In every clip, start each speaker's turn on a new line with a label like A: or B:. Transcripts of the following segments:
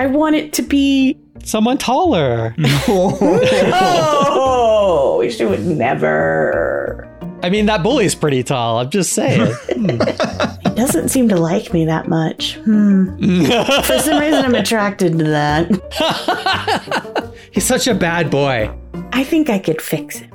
A: I want it to be.
B: Someone taller.
A: Oh, she would never.
B: I mean, that bully's pretty tall. I'm just saying.
A: He doesn't seem to like me that much. Hmm. For some reason, I'm attracted to that.
B: He's such a bad boy.
A: I think I could fix it.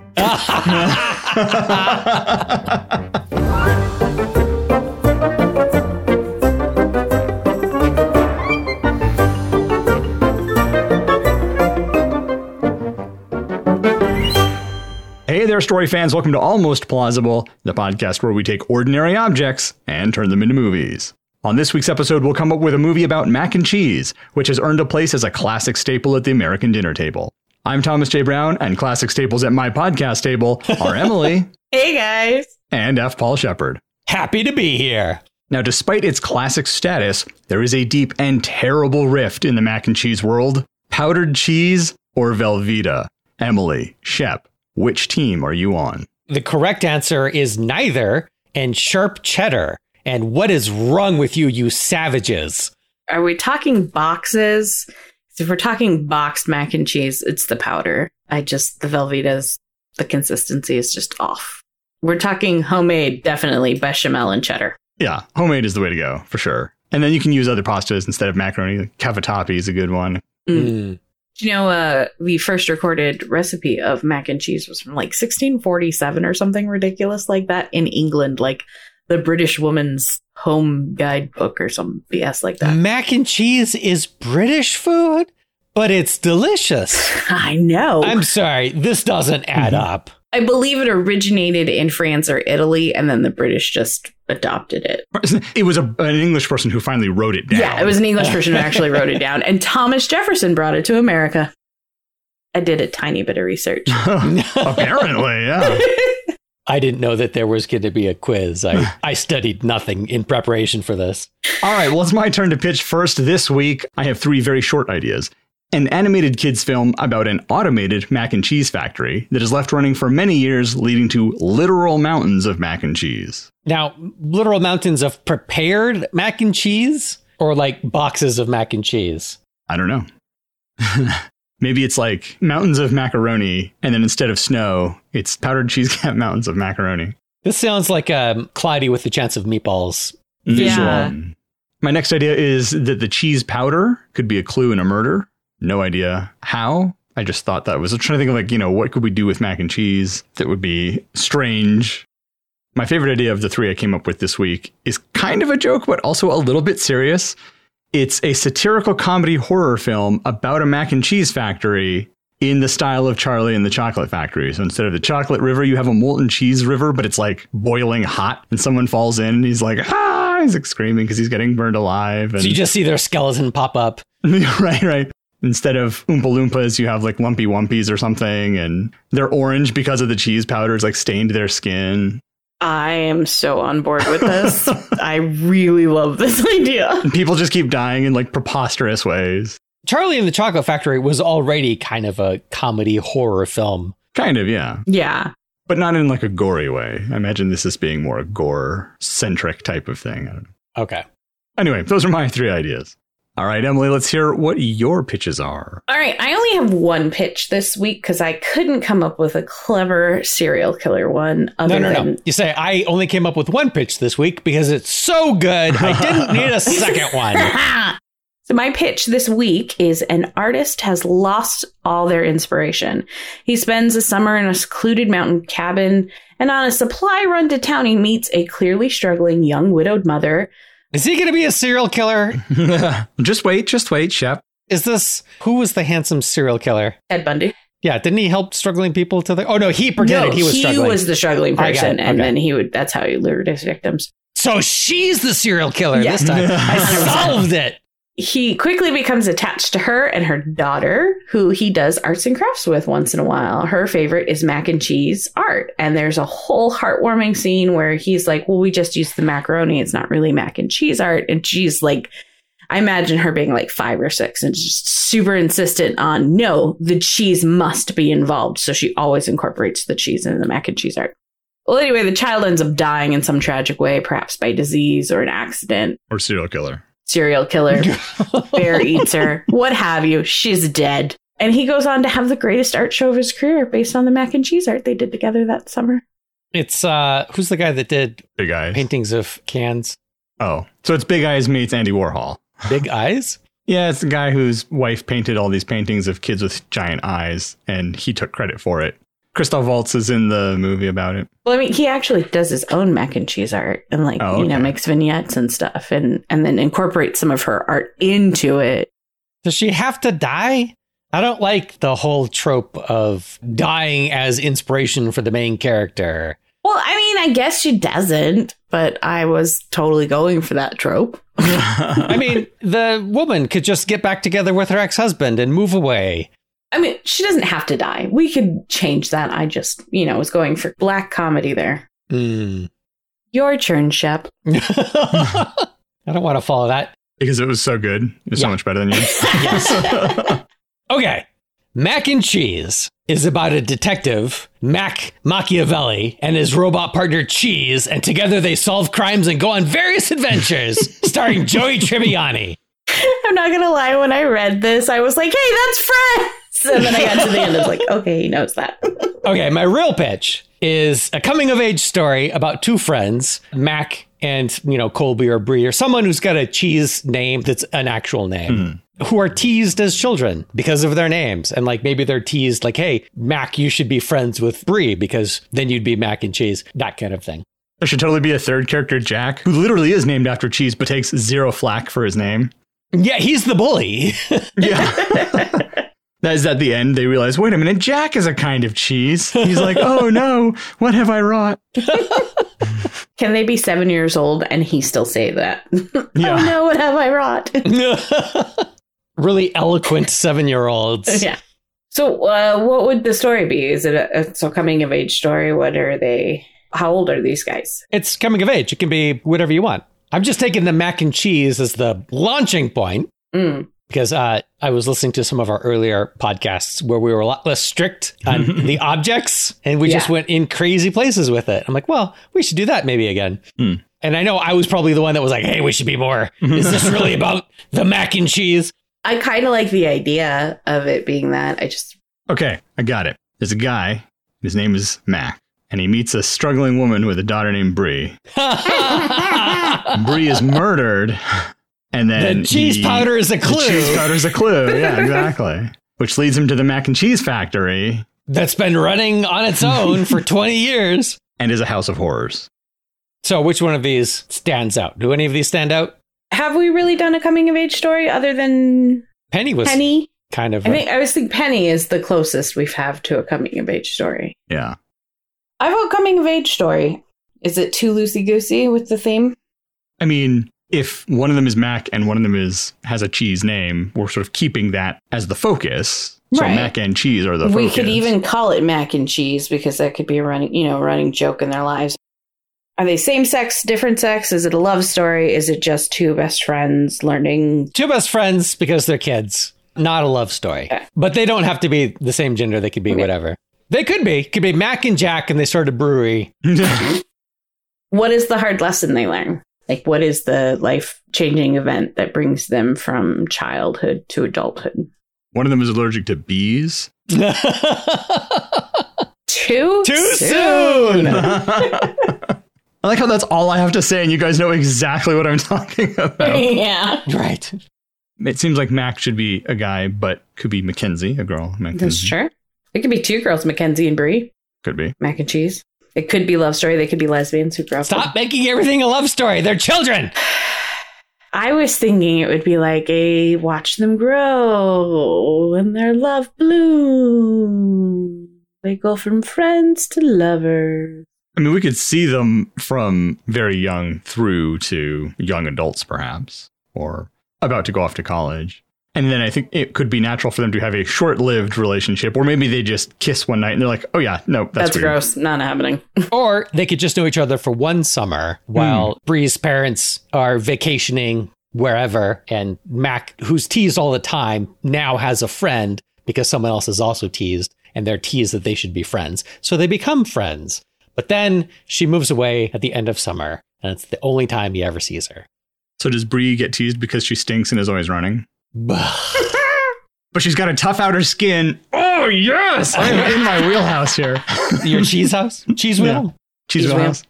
C: Hey there, story fans. Welcome to Almost Plausible, the podcast where we take ordinary objects and turn them into movies. On this week's episode, we'll come up with a movie about mac and cheese, which has earned a place as a classic staple at the American dinner table. I'm Thomas J. Brown, and classic staples at my podcast table are Emily
A: Hey guys.
C: and F. Paul Shepard.
B: Happy to be here.
C: Now, despite its classic status, there is a deep and terrible rift in the mac and cheese world. Powdered cheese or Velveeta? Emily, Shep, which team are you on?
B: The correct answer is neither and sharp cheddar. And what is wrong with you, you savages?
D: Are we talking boxes? 'Cause If we're talking boxed mac and cheese, it's the powder. I just, the Velveeta's, the consistency is just off. We're talking homemade, definitely bechamel and cheddar.
C: Yeah, homemade is the way to go for sure. And then you can use other pastas instead of macaroni. Cavatappi is a good one.
B: Mm.
D: Do you know uh, the first recorded recipe of mac and cheese was from like 1647 or something ridiculous like that in England, like the British Woman's Home Guidebook or some BS like
A: Mm.
D: that?
B: Mac and cheese is British food, but it's delicious.
D: I know.
A: Oh.
B: I'm sorry, this doesn't add up.
D: I believe it originated in France or Italy, and then the British just adopted it.
C: It was a, an English person who finally wrote it down.
D: Yeah, it was an English person who actually wrote it down, and Thomas Jefferson brought it to America. I did a tiny bit of research.
C: Apparently, yeah.
B: I didn't know that there was going to be a quiz. I, I studied nothing in preparation for this.
C: All right, well, it's my turn to pitch first this week. I have three very short ideas. An animated kids' film about an automated mac and cheese factory that is left running for many years, leading to literal mountains of mac and cheese.
B: Now, literal mountains of prepared mac and cheese or like boxes of mac and cheese?
C: I don't know. Maybe it's like mountains of macaroni, and then instead of snow, it's powdered cheese cap mountains of macaroni.
B: This sounds like um, Cloudy with a Chance of Meatballs.
C: Visual.
D: Yeah.
C: My next idea is that the cheese powder could be a clue in a murder. No idea how. I just thought that was I was trying to think of like, you know, what could we do with mac and cheese that would be strange. My favorite idea of the three I came up with this week is kind of a joke, but also a little bit serious. It's a satirical comedy horror film about a mac and cheese factory in the style of Charlie and the Chocolate Factory. So instead of the chocolate river, you have a molten cheese river, but it's like boiling hot, and someone falls in and he's like, ah, he's like screaming because he's getting burned alive. And
B: So you just see their skeleton pop up.
C: right, right. Instead of Oompa Loompas, you have like Lumpy Wumpies or something, and they're orange because of the cheese powder. It's like stained their skin.
D: I am so on board with this. I really love this idea.
C: And people just keep dying in like preposterous ways.
B: Charlie and the Chocolate Factory was already kind of a comedy horror film.
C: Kind of, yeah.
D: Yeah.
C: But not in like a gory way. I imagine this is being more a gore centric type of thing. I don't know.
B: Okay.
C: Anyway, those are my three ideas. All right, Emily, let's hear what your pitches are.
D: All right. I only have one pitch this week because I couldn't come up with a clever serial killer one. Other
B: No, no,
D: than
B: no. You say, I only came up with one pitch this week because it's so good. I didn't need a second one.
D: so my pitch this week is an artist has lost all their inspiration. He spends a summer in a secluded mountain cabin and on a supply run to town he meets a clearly struggling young widowed mother.
B: Is he going to be a serial killer?
C: just wait, just wait, Shep.
B: Is this who was the handsome serial killer?
D: Ted Bundy.
B: Yeah, didn't he help struggling people to the? Oh no, he pretended he was struggling.
D: the struggling
B: I got
D: person
B: it,
D: and
B: okay.
D: then he would that's how he lured his victims.
B: so she's the serial killer
D: Yeah.
B: this time. I solved it.
D: he quickly becomes attached to her and her daughter, who he does arts and crafts with once in a while. Her favorite is mac and cheese art. And there's a whole heartwarming scene where he's like, Well, we just used the macaroni. It's not really mac and cheese art. And she's like, I imagine her being like five or six and just super insistent on no, the cheese must be involved. So she always incorporates the cheese in the mac and cheese art. Well, anyway, the child ends up dying in some tragic way, perhaps by disease or an accident.
C: or serial killer.
D: Serial killer, bear eats her, what have you. She's dead. And he goes on to have the greatest art show of his career based on the mac and cheese art they did together that summer.
B: It's uh who's the guy that did
C: Big Eyes.
B: paintings of cans?
C: Oh, so it's Big Eyes meets Andy Warhol.
B: Big eyes?
C: Yeah, it's the guy whose wife painted all these paintings of kids with giant eyes, and he took credit for it. Christoph Waltz is in the movie about it.
D: Well, I mean, he actually does his own mac and cheese art and like,
C: Oh,
D: you know,
C: okay.
D: makes vignettes and stuff and and then incorporates some of her art into it.
B: Does she have to die? I don't like the whole trope of dying as inspiration for the main character.
D: Well, I mean, I guess she doesn't, but I was totally going for that trope.
B: I mean, the woman could just get back together with her ex husband and move away.
D: I mean, she doesn't have to die. We could change that. I just, you know, was going for black comedy there.
B: Hmm.
D: Your turn, Shep.
B: I don't want to follow that.
C: because it was so good. It was so
B: Yeah.
C: much better than you. yes.
B: Okay. Mac and Cheese is about a detective, Mac Machiavelli, and his robot partner Cheese, and together they solve crimes and go on various adventures, starring Joey Tribbiani.
D: I'm not gonna lie. When I read this, I was like, "Hey, that's Friends," and then I got to the end. I was like, "Okay, he knows that."
B: Okay, my real pitch is a coming of age story about two friends, Mac and, you know, Colby or Bree or someone who's got a cheese name that's an actual name. Who are teased as children because of their names. And like maybe they're teased, like, hey, Mac, you should be friends with Bree because then you'd be Mac and Cheese, that kind of thing.
C: there should totally be a third character, Jack, who literally is named after cheese but takes zero flack for his name.
B: Yeah, he's the bully.
C: Yeah. That is at the end, they realize, wait a minute, Jack is a kind of cheese. He's like, oh no, what have I wrought?
D: Can they be seven years old and he still say that?
C: Yeah.
D: oh no, what have I wrought?
B: really eloquent seven year olds.
D: yeah. So, uh, what would the story be? Is it a, a so coming of age story? What are they? How old are these guys?
B: It's coming of age. It can be whatever you want. I'm just taking the mac and cheese as the launching point.
D: Mm.
B: because uh, I was listening to some of our earlier podcasts where we were a lot less strict on the objects and we just
D: Yeah.
B: went in crazy places with it. I'm like, well, we should do that maybe again.
C: Hmm.
B: And I know I was probably the one that was like, hey, we should be more. Is this really about the mac and cheese?
D: I kind of like the idea of it being that. I just
C: Okay, I got it. There's a guy, his name is Mac, and he meets a struggling woman with a daughter named Bree.
B: the
C: Bree is murdered, and then
B: cheese
C: he-
B: powder is a
C: The cheese
B: clue
C: powder's a clue. Yeah, exactly. Which leads him to the mac and cheese factory
B: that's been running on its own for 20 years.
C: and is a house of horrors.
B: So, which one of these stands out? Do any of these stand out?
D: have we really done a coming of age story other than
B: Penny was
D: Penny?
B: kind of.
D: I
B: a-
D: think I was think Penny is the closest we've have to a coming of age story.
C: Yeah.
D: I vote coming of age story. Is it too loosey goosey with the theme?
C: I mean, if one of them is Mac and one of them is has a cheese name, we're sort of keeping that as the focus. So
D: Right.
C: Mac and cheese are the
D: we
C: focus.
D: could even call it mac and cheese because that could be a running you know running joke in their lives are they same sex different sex is it a love story is it just two best friends learning
B: two best friends because they're kids. Not a love story.
D: Okay.
B: But they don't have to be the same gender. They could be
D: Okay.
B: whatever. They could be. Could be Mac and Jack and they start a brewery.
D: what is the hard lesson they learn like what is the life changing event that brings them from childhood to adulthood
C: one of them is allergic to bees.
B: Too
D: too
B: soon.
C: I like how that's all I have to say, and you guys know exactly what I'm talking about.
D: yeah
B: Right.
C: it seems like Mac should be a guy, but could be Mackenzie, a girl. Mackenzie
D: that's true it could be two girls mackenzie and brie
C: Could be.
D: mac and cheese it could be love story they could be lesbians who grow up
B: Stop making everything a love story. They're children.
D: I was thinking it would be like a watch them grow and their love bloom. They go from friends to lovers.
C: I mean, we could see them from very young through to young adults, perhaps, or about to go off to college. And then I think it could be natural for them to have a short lived relationship, or maybe they just kiss one night and they're like, oh, yeah, no, that's,
D: That's,
C: weird.
D: gross. Not happening.
B: Or they could just know each other for one summer while Bree's parents are vacationing wherever. And Mac, who's teased all the time, now has a friend because someone else is also teased and they're teased that they should be friends. So they become friends. But then she moves away at the end of summer, and it's the only time he ever sees her.
C: So does Bree get teased because she stinks and is always running? But she's got to tough out her skin. Oh yes, I'm in my wheelhouse here.
B: Your cheese house? Cheese
C: Yeah.
B: wheel?
C: Cheese
D: Cheese
C: wheelhouse.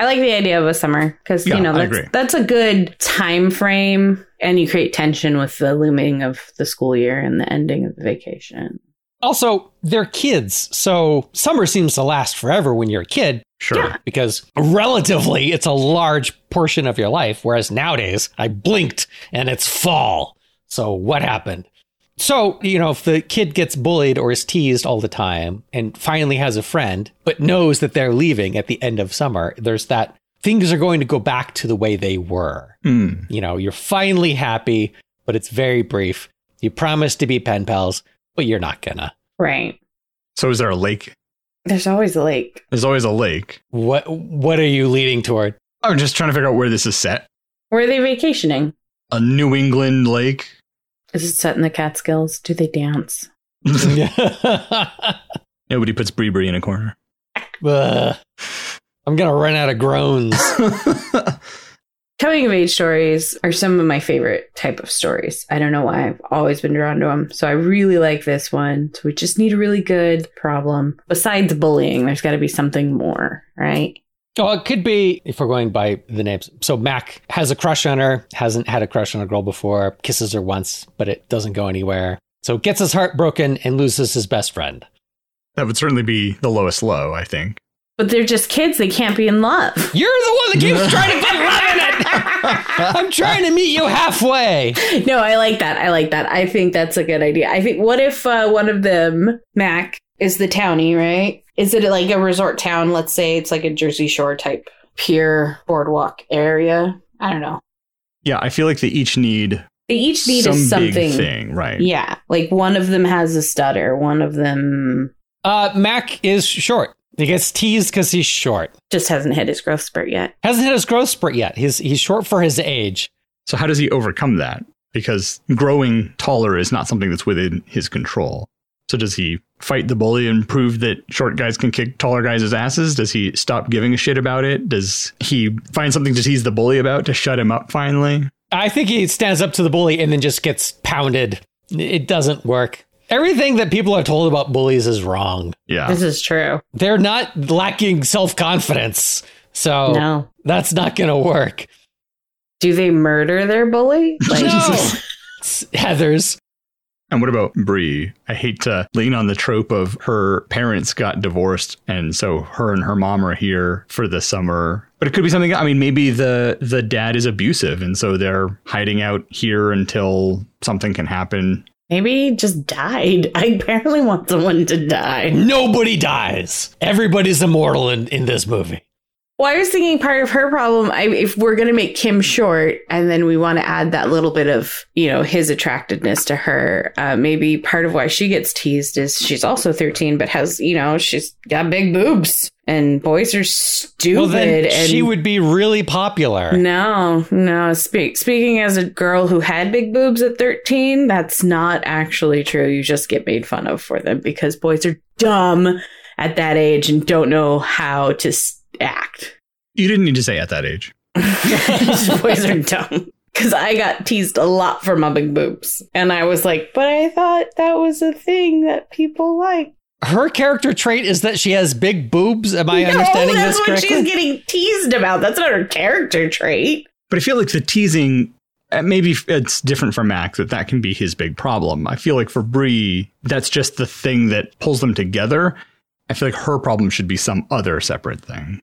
D: I like the idea of a summer because
C: Yeah,
D: you know
C: I
D: that's,
C: agree.
D: that's a good time frame, and you create tension with the looming of the school year and the ending of the vacation.
B: Also, they're kids, so summer seems to last forever when you're a kid
C: Sure.
B: because relatively it's a large portion of your life. Whereas nowadays, I blinked and it's fall. So, what happened? So, you know, if the kid gets bullied or is teased all the time and finally has a friend, but knows that they're leaving at the end of summer, there's that things are going to go back to the way they were.
C: Hmm.
B: You know, you're finally happy, but it's very brief. You promise to be pen pals, but you're not gonna.
D: Right.
C: So is there a lake?
D: There's always a lake.
C: There's always a lake.
B: What what are you leading toward?
C: I'm just trying to figure out where this is set.
D: Where are they vacationing?
C: A New England lake.
D: Is it set in the Catskills? Do they dance?
B: Ugh.
C: Nobody puts Bree Bree in a corner.
B: I'm gonna run out of groans.
D: Coming of age stories are some of my favorite type of stories. I don't know why I've always been drawn to them. So I really like this one. So we just need a really good problem. Besides bullying, there's got to be something more, right?
B: Oh, it could be if we're going by the names. So Mac has a crush on her, hasn't had a crush on a girl before, kisses her once, but it doesn't go anywhere. So gets his heart broken and loses his best friend.
C: That would certainly be the lowest low, I think.
D: But they're just kids. They can't be in love.
B: You're the one that keeps trying to put love in it. I'm trying to meet you halfway.
D: No, I like that. I like that. I think that's a good idea. I think, what if uh, one of them, Mac, is the townie, right? Is it like a resort town? Let's say it's like a Jersey Shore type pier boardwalk area. I don't know.
C: Yeah, I feel like they each need,
D: They each need
C: some
D: a
C: big
D: something.
C: thing, right?
D: Yeah. Like one of them has a stutter, one of them
B: Uh, Mac is short. He gets teased because he's short.
D: just hasn't hit his growth spurt yet.
B: Hasn't hit his growth spurt yet. He's he's short for his age.
C: So how does he overcome that? Because growing taller is not something that's within his control. So does he fight the bully and prove that short guys can kick taller guys' asses? Does he stop giving a shit about it? Does he find something to tease the bully about to shut him up finally?
B: I think he stands up to the bully and then just gets pounded. It doesn't work. Everything that people are told about bullies is wrong.
C: Yeah.
D: This is true.
B: They're not lacking self confidence. So
D: No.
B: that's not going to work.
D: Do they murder their bully? Like
B: no. It's Heathers.
C: And what about Bree? I hate to lean on the trope of her parents got divorced, and so her and her mom are here for the summer. But it could be something. I mean, maybe the the dad is abusive, and so they're hiding out here until something can happen.
D: maybe he just died. I apparently want someone to die.
B: Nobody dies. Everybody's immortal in, in this movie.
D: Well, I was thinking part of her problem, I, if we're going to make Kim short and then we want to add that little bit of, you know, his attractiveness to her, uh, maybe part of why she gets teased is she's also 13, but has, you know, she's got big boobs and boys are stupid.
B: Well, then
D: and
B: she would be really popular.
D: No, no. Speak, speaking as a girl who had big boobs at 13, that's not actually true. You just get made fun of for them because boys are dumb at that age and don't know how to s- act.
C: You didn't need to say at that age.
D: boys are dumb. Because I got teased a lot for my big boobs. And I was like, but I thought that was a thing that people like.
B: Her character trait is that she has big boobs. Am I
D: no,
B: understanding
D: that's
B: this
D: what
B: correctly?
D: she's getting teased about. That's not her character trait.
C: But I feel like the teasing. uh, Maybe it's different for Mac that that can be his big problem. I feel like for Bree, that's just the thing that pulls them together. I feel like her problem should be some other separate thing.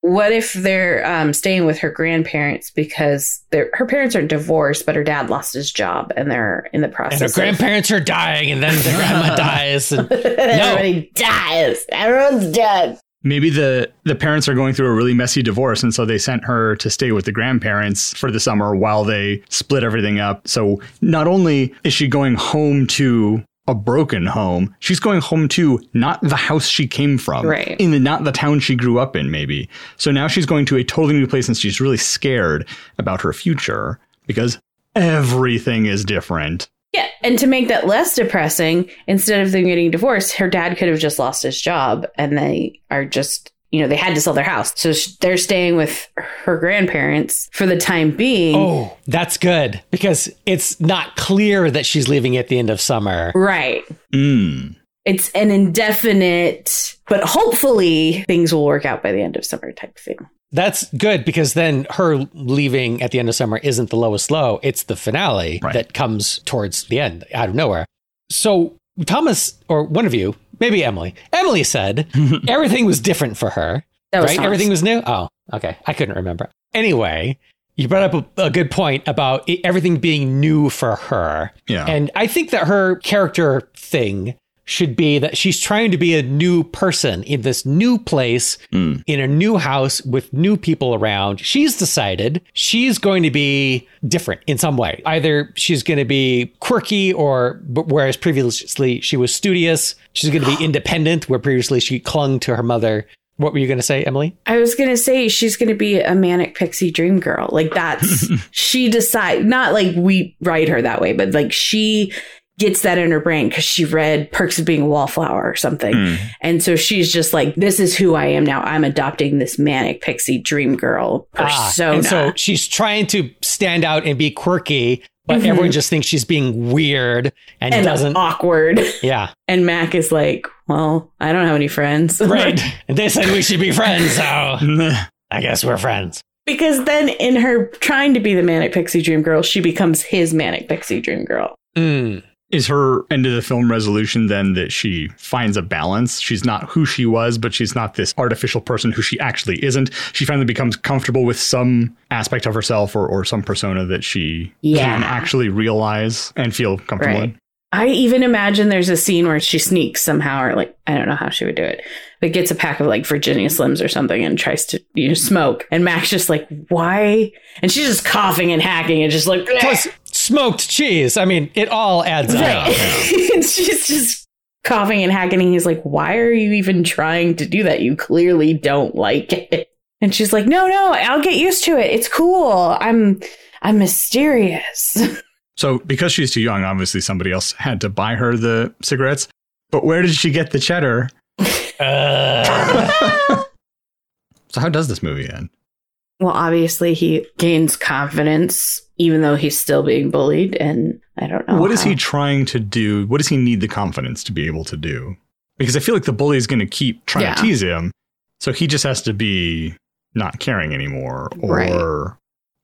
D: what if they're um, staying with her grandparents because they're, her parents are divorced, but her dad lost his job and they're in the
B: and
D: process.
B: her
D: of-
B: grandparents are dying, and then the grandma dies, and
D: Everybody dies. Everyone's dead.
C: maybe the the parents are going through a really messy divorce and so they sent her to stay with the grandparents for the summer while they split everything up so not only is she going home to a broken home she's going home to not the house she came from
D: Right.
C: in the not the town she grew up in maybe so now she's going to a totally new place and she's really scared about her future because everything is different
D: Yeah, and to make that less depressing, instead of them getting divorced, her dad could have just lost his job, and they are just you know, they had to sell their house. So sh- they're staying with her grandparents for the time being.
B: Oh, that's good because it's not clear that she's leaving at the end of summer.
D: Right.
C: Mm.
D: It's an indefinite, but hopefully things will work out by the end of summer type thing.
B: That's good because then her leaving at the end of summer isn't the lowest low. It's the finale
C: Right.
B: that comes towards the end out of nowhere. So, Thomas, or one of you, maybe Emily, Emily said everything was different for her,
D: That was
B: right?
D: Thomas.
B: Everything was new. Oh, okay. I couldn't remember. Anyway, you brought up a, a good point about it, everything being new for her.
C: Yeah.
B: And I think that her character thing should be that she's trying to be a new person in this new place,
C: Mm.
B: in a new house with new people around. She's decided she's going to be different in some way. Either she's going to be quirky, or but whereas previously she was studious, she's going to be independent, where previously she clung to her mother. What were you going to say, Emily?
D: I was gonna say she's gonna be a manic pixie dream girl. Like that's she decide not like we write her that way, but like she gets that in her brain because she read Perks of Being a Wallflower or something.
B: Hmm.
C: Mm.
D: And so she's just like, This is who I am now. I'm adopting this manic pixie dream girl
B: Ah,
D: persona.
B: and so she's trying to stand out and be quirky, but
D: Mhm.
B: everyone just thinks she's being weird and,
D: and
B: doesn't.
D: awkward.
B: yeah.
D: And Mac is like, Well, I don't have any friends.
B: Right. And they said we should be friends, so
C: Meh.
B: I guess we're friends.
D: because then in her trying to be the manic pixie dream girl, she becomes his manic pixie dream girl. Hmm.
B: Mm.
C: Is her end of the film resolution then that she finds a balance? She's not who she was, but she's not this artificial person who she actually isn't. She finally becomes comfortable with some aspect of herself or, or some persona that she
D: Yeah.
C: can actually realize and feel comfortable
D: Right.
C: in.
D: I even imagine there's a scene where she sneaks somehow, or like I don't know how she would do it, but gets a pack of like Virginia Slims or something and tries to you know smoke, and Mac's just like, why? And she's just coughing and hacking and just like,
B: Plus, smoked cheese. I mean, it all adds
D: Right.
B: up.
D: and she's just coughing and hacking, and he's like, why are you even trying to do that? You clearly don't like it. And she's like, no, no, I'll get used to it. It's cool. I'm, I'm mysterious.
C: So, because she's too young, obviously somebody else had to buy her the cigarettes. But where did she get the cheddar?
B: Uh,
C: So, how does this movie end?
D: Well, obviously, he gains confidence, even though he's still being bullied. And I don't know.
C: what is
D: how-
C: he trying to do? What does he need the confidence to be able to do? Because I feel like the bully is going to keep trying
D: Yeah.
C: to tease him. So he just has to be not caring anymore. Or
D: Right.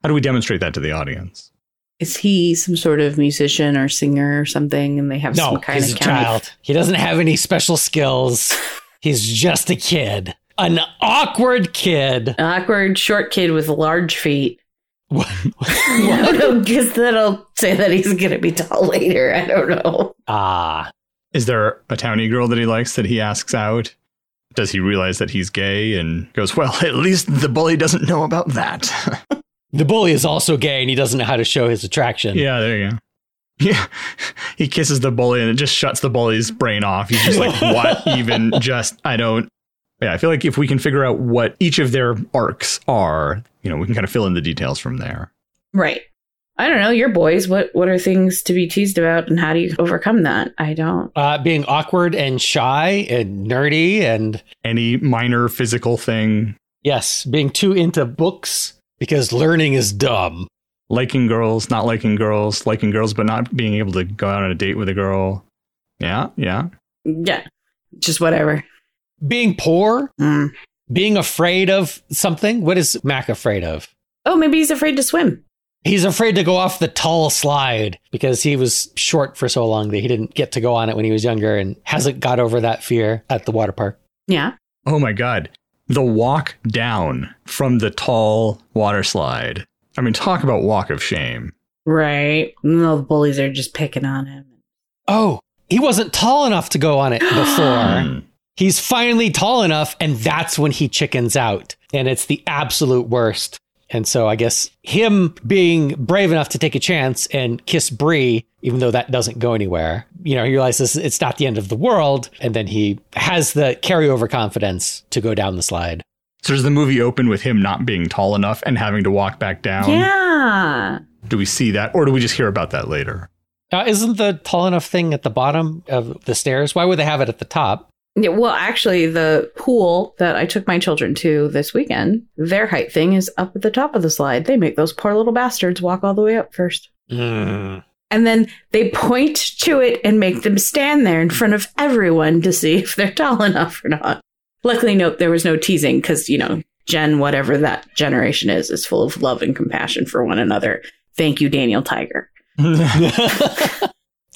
C: how do we demonstrate that to the audience?
D: Is he some sort of musician or singer or something? And they have
B: no,
D: some kind
B: he's
D: of
B: a
D: county.
B: child. He doesn't have any special skills. He's just a kid. An awkward kid.
D: An awkward short kid with large feet.
B: What?
D: I don't guess that'll say that he's going to be tall later. I don't know.
B: Ah,
C: Is there a townie girl that he likes that he asks out? Does he realize that he's gay and goes, well, at least the bully doesn't know about that?
B: the bully is also gay and he doesn't know how to show his attraction.
C: yeah, there you go. Yeah. He kisses the bully and it just shuts the bully's brain off. He's just like, what even? Just, I don't. Yeah, I feel like if we can figure out what each of their arcs are, you know, we can kind of fill in the details from there.
D: Right. I don't know. Your boys, what, what are things to be teased about and how do you overcome that? I don't.
B: Uh, being awkward and shy and nerdy and
C: Any minor physical thing,
B: yes, being too into books because learning is dumb.
C: liking girls, not liking girls, liking girls, but not being able to go out on a date with a girl. Yeah, yeah.
D: Yeah. Just whatever.
B: Being poor
D: Mm.
B: being afraid of something. What is Mac afraid of?
D: Oh, maybe he's afraid to swim.
B: He's afraid to go off the tall slide because he was short for so long that he didn't get to go on it when he was younger and hasn't got over that fear at the water park.
D: Yeah.
C: Oh my God. The walk down from the tall water slide. I mean, talk about walk of shame.
D: Right. And all the bullies are just picking on him.
B: Oh, he wasn't tall enough to go on it before.
C: Hmm.
B: He's finally tall enough, and that's when he chickens out. And it's the absolute worst. And so I guess him being brave enough to take a chance and kiss Bree, even though that doesn't go anywhere, you know, he realizes it's not the end of the world. And then he has the carryover confidence to go down the slide.
C: So does the movie open with him not being tall enough and having to walk back down?
D: yeah.
C: Do we see that, or do we just hear about that later?
B: Now, isn't the tall enough thing at the bottom of the stairs? Why would they have it at the top?
D: Yeah, well, actually, the pool that I took my children to this weekend, their height thing is up at the top of the slide. They make those poor little bastards walk all the way up first.
B: Mm.
D: And then they point to it and make them stand there in front of everyone to see if they're tall enough or not. Luckily, no, there was no teasing because, you know, Gen, whatever that generation is, is full of love and compassion for one another. Thank you, Daniel Tiger.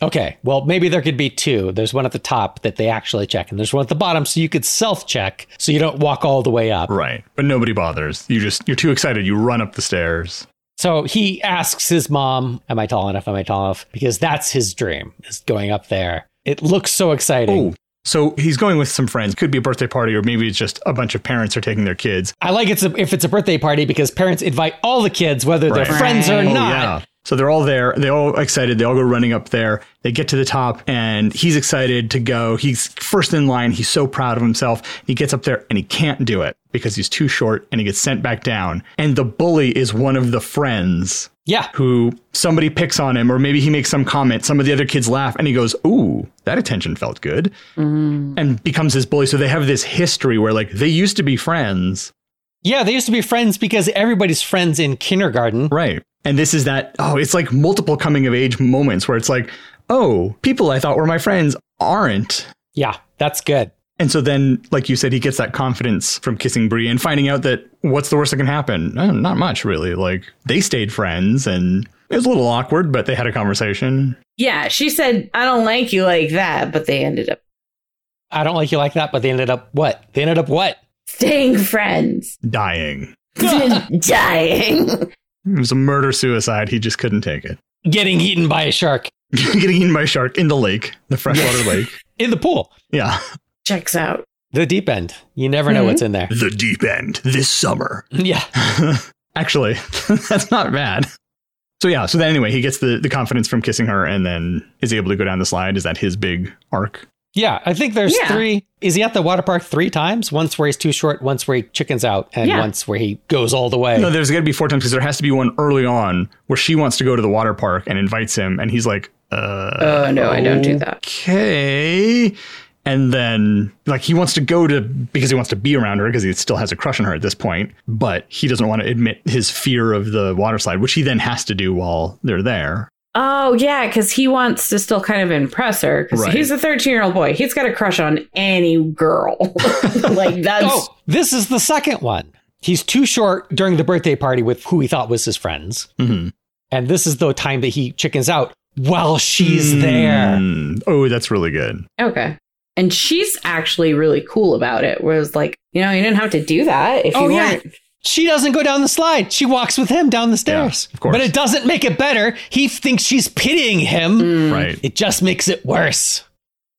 B: okay. Well, maybe there could be two. There's one at the top that they actually check, and there's one at the bottom, so you could self check so you don't walk all the way up.
C: right. But nobody bothers. You just, you're too excited. You run up the stairs.
B: So he asks his mom, Am I tall enough? Am I tall enough? Because that's his dream, is going up there. It looks so exciting.
C: Oh, so he's going with some friends. Could be a birthday party, or maybe it's just a bunch of parents are taking their kids.
B: I like it's a, if it's a birthday party because parents invite all the kids, whether
C: Right.
B: they're friends or
D: Right.
B: not.
D: Oh,
C: So they're all there. They're all excited. They all go running up there. They get to the top, and he's excited to go. He's first in line. He's so proud of himself. He gets up there and he can't do it because he's too short and he gets sent back down. And the bully is one of the friends
B: Yeah.
C: who somebody picks on him, or maybe he makes some comment. Some of the other kids laugh, and he goes, Ooh, that attention felt good, and becomes his bully. So they have this history where, like, they used to be friends.
B: Yeah. They used to be friends because everybody's friends in kindergarten.
C: Right. And this is that, oh, it's like multiple coming of age moments where it's like, oh, people I thought were my friends aren't.
B: Yeah. That's good.
C: And so then, like you said, he gets that confidence from kissing Bree and finding out that what's the worst that can happen? Oh, not much, really. Like, they stayed friends and it was a little awkward, but they had a conversation.
D: Yeah, she said, I don't like you like that, but they ended up
B: I don't like you like that, but they ended up what? They ended up what?
D: staying friends,
C: Dying.
D: dying.
C: It was a murder suicide. He just couldn't take it.
B: Getting eaten by a shark
C: Getting eaten by a shark in the lake, the freshwater lake.
B: in the pool,
C: Yeah.
D: Checks out.
B: the deep end. You never know
D: Mhm.
B: what's in there.
C: The deep end this summer.
B: Yeah.
C: Actually, that's not bad. So yeah, so then anyway, he gets the, the confidence from kissing her and then is able to go down the slide. Is that his big arc?
B: Yeah. I think there's
D: Yeah.
B: three. Is he at the water park three times? Once where he's too short, once where he chickens out, and
D: Yeah.
B: once where he goes all the way.
C: No, there's got to be four times because there has to be one early on where she wants to go to the water park and invites him and he's like, uh,
D: Oh, no, I don't do that.
C: okay. And then like he wants to go to because he wants to be around her because he still has a crush on her at this point, but he doesn't want to admit his fear of the water slide, which he then has to do while they're there.
D: Oh, yeah, because he wants to still kind of impress her because
C: Right.
D: he's a 13 year old boy. He's got a crush on any girl. like, that's.
B: Oh, this is the second one. He's too short during the birthday party with who he thought was his friends.
C: Mhm.
B: And this is the time that he chickens out while she's there.
C: Mm. Oh, that's really good.
D: Okay. And she's actually really cool about it, whereas, like, you know, you didn't have to do that if
B: Oh,
D: you
B: yeah.
D: weren't.
B: She doesn't go down the slide. She walks with him down the stairs.
C: of course.
B: But it doesn't make it better. He thinks she's pitying him.
D: Mm.
C: Right.
B: It just makes it worse.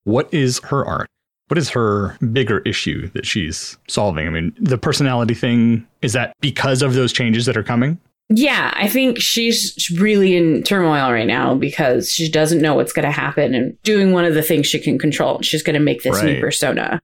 C: what is her arc? What is her bigger issue that she's solving? I mean, the personality thing is that because of those changes that are coming?
D: Yeah, I think she's really in turmoil right now because she doesn't know what's going to happen and doing one of the things she can control. She's going to make this
C: Right.
D: new persona.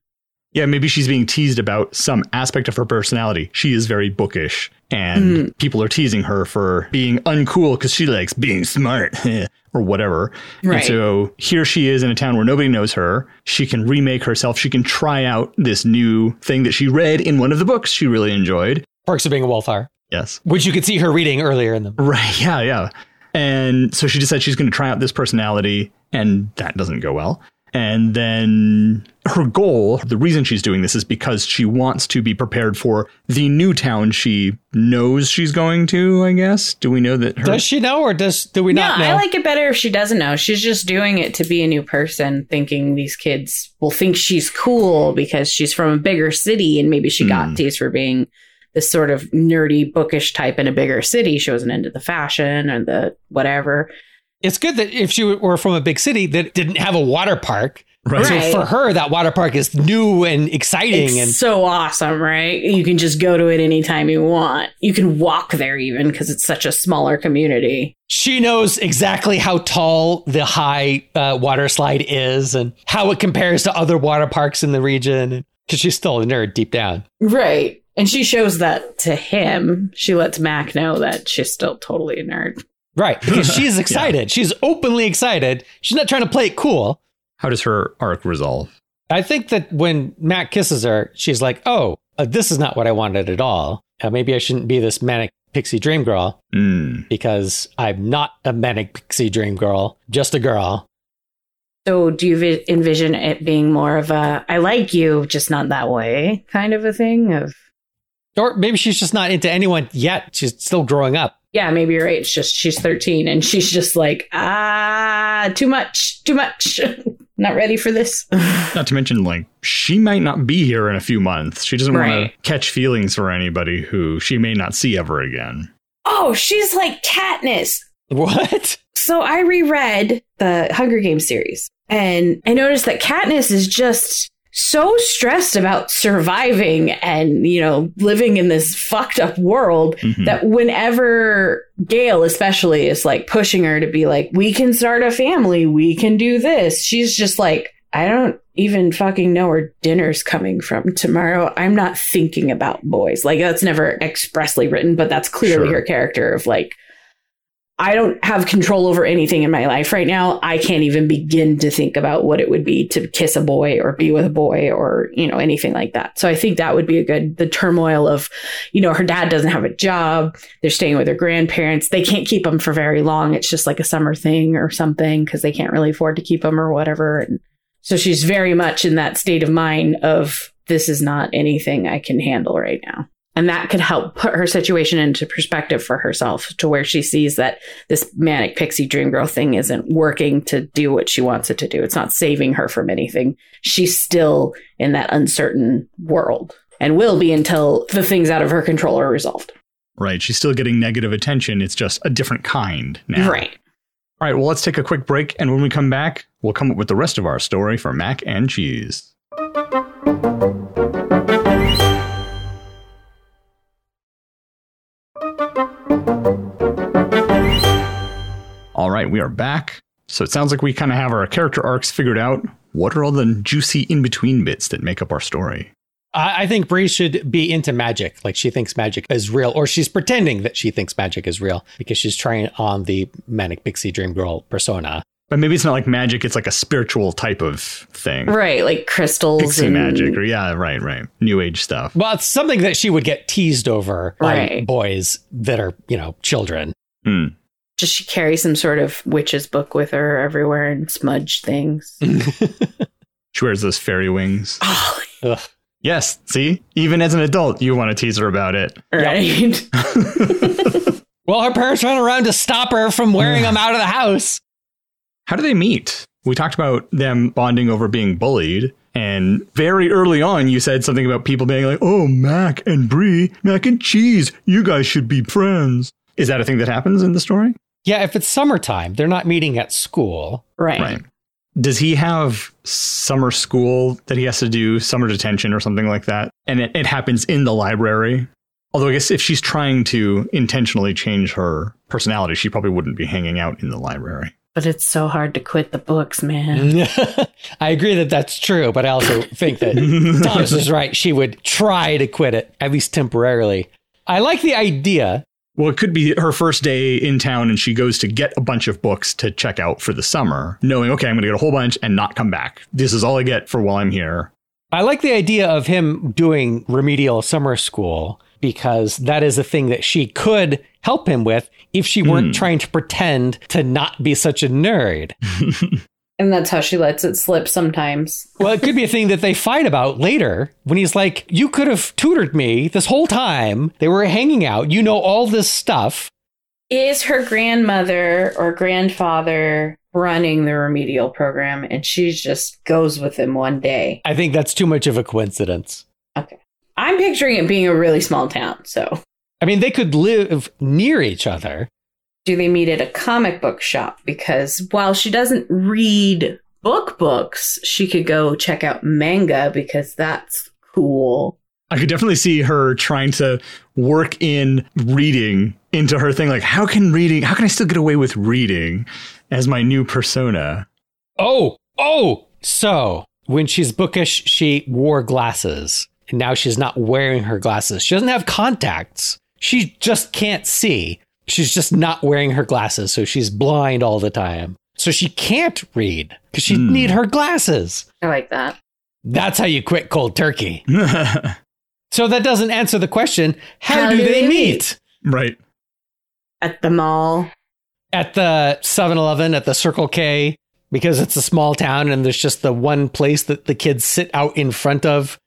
C: Yeah, maybe she's being teased about some aspect of her personality. She is very bookish, and people are teasing her for being uncool because she likes being smart or whatever. And
D: Right.
C: so here she is in a town where nobody knows her. She can remake herself. She can try out this new thing that she read in one of the books she really enjoyed.
B: Perks of being a wallflower,
C: Yes.
B: which you could see her reading earlier in the.
C: Right. Yeah. Yeah. And so she decides she's going to try out this personality, and that doesn't go well. And then her goal, the reason she's doing this is because she wants to be prepared for the new town she knows she's going to, I guess. Do we know that her.
B: Does she know or does do we
D: No,
B: not know?
D: I like it better if she doesn't know. She's just doing it to be a new person, thinking these kids will think she's cool because she's from a bigger city and maybe she
C: Hmm.
D: got teased for being this sort of nerdy, bookish type in a bigger city. She wasn't into the fashion or the whatever.
B: it's good that if she were from a big city that didn't have a water park.
C: Right.
D: Right.
B: For her, that water park is new and exciting
D: It's
B: and
D: so awesome, right? You can just go to it anytime you want. You can walk there even because it's such a smaller community.
B: She knows exactly how tall the high uh, water slide is and how it compares to other water parks in the region. Because she's still a nerd deep down.
D: Right. And she shows that to him. She lets Mac know that she's still totally a nerd.
B: Right. Because she's excited. She's openly excited. She's not trying to play it cool.
C: How does her arc resolve?
B: I think that when Matt kisses her, she's like, oh, uh, this is not what I wanted at all. Uh, maybe I shouldn't be this manic pixie dream girl
C: Mm.
B: because I'm not a manic pixie dream girl, just a girl.
D: So, do you vi- envision it being more of a "I like you, just not that way" kind of a thing? Of
B: Or maybe she's just not into anyone yet. She's still growing up.
D: yeah, maybe you're right. It's just she's 13 and she's just like ah, too much, too much. not ready for this.
C: Not to mention, like, she might not be here in a few months. She doesn't want
D: Right.
C: to catch feelings for anybody who she may not see ever again.
D: Oh, she's like Katniss.
B: What?
D: So I reread the Hunger Games series and I noticed that Katniss is just so stressed about surviving and, you know, living in this fucked up world
C: Mhm.
D: that whenever Gail, especially, is like pushing her to be like, we can start a family, we can do this, she's just like, I don't even fucking know where dinner's coming from tomorrow. I'm not thinking about boys. Like, that's never expressly written, but that's clearly
C: Sure.
D: her character of like, I don't have control over anything in my life right now. I can't even begin to think about what it would be to kiss a boy or be with a boy or, you know, anything like that. So I think that would be a good, the turmoil of, you know, her dad doesn't have a job. They're staying with her grandparents. They can't keep them for very long. It's just like a summer thing or something because they can't really afford to keep them or whatever. And so she's very much in that state of mind of this is not anything I can handle right now. And that could help put her situation into perspective for herself to where she sees that this manic pixie dream girl thing isn't working to do what she wants it to do. It's not saving her from anything. She's still in that uncertain world and will be until the things out of her control are resolved.
C: Right. She's still getting negative attention. It's just a different kind now.
D: Right.
C: All right. Well, let's take a quick break. And when we come back, we'll come up with the rest of our story for Mac and Cheese. All right. We are back. So it sounds like we kind of have our character arcs figured out. What are all the juicy in between bits that make up our story?
B: I, I think Bree should be into magic. Like she thinks magic is real, or she's pretending that she thinks magic is real because she's trying on the manic pixie dream girl persona.
C: But maybe it's not like magic, it's like a spiritual type of thing.
D: Right. Like crystals
C: Pixie
D: and
C: magic, or yeah, right, right. New age stuff.
B: Well, it's something that she would get teased over by
D: Right.
B: boys that are, you know, children.
C: Hmm.
D: Just she carries some sort of witch's book with her everywhere and smudge things.
C: Mm. She wears those fairy wings.
D: oh,
B: Ugh.
C: Yes, see? Even as an adult, you want to tease her about it.
D: right.
B: Well, her parents ran around to stop her from wearing them out of the house.
C: How do they meet? We talked about them bonding over being bullied. And very early on, you said something about people being like, oh, Mac and Brie, Mac and Cheese, you guys should be friends. Is that a thing that happens in the story?
B: Yeah, if it's summertime, they're not meeting at school.
D: Right.
C: Does he have summer school that he has to do, summer detention or something like that? And it, it happens in the library. Although I guess if she's trying to intentionally change her personality, she probably wouldn't be hanging out in the library.
D: But it's so hard to quit the books, man.
B: I agree that that's true, but I also think that Thomas is right. She would try to quit it, at least temporarily. I like the idea
C: Well, it could be her first day in town and she goes to get a bunch of books to check out for the summer, knowing, okay, I'm going to get a whole bunch and not come back. This is all I get for while I'm here.
B: I like the idea of him doing remedial summer school because that is a thing that she could help him with if she weren't
C: Hmm.
B: trying to pretend to not be such a nerd.
D: And that's how she lets it slip sometimes.
B: Well, it could be a thing that they fight about later when he's like, You could have tutored me this whole time. They were hanging out. You know all this stuff.
D: is her grandmother or grandfather running the remedial program and she just goes with him one day
B: I think that's too much of a coincidence.
D: i'm picturing it being a really small town so
B: I mean, they could live near each other.
D: do they meet at a comic book shop because while she doesn't read book books she could go check out manga because that's cool
C: I could definitely see her trying to work in reading into her thing. Like, how can reading, how can I still get away with reading as my new persona?
B: Oh, oh. So when she's bookish, she wore glasses. And now she's not wearing her glasses. She doesn't have contacts. She just can't see. She's just not wearing her glasses. So she's blind all the time. So she can't read because she
C: Hmm.
B: need her glasses.
D: i like that
B: That's how you quit cold turkey. So that doesn't answer the question how, do, they, meet?
C: right.
D: at the mall.
B: At the 7 Eleven, at the Circle K, because it's a small town and there's just the one place that the kids sit out in front of.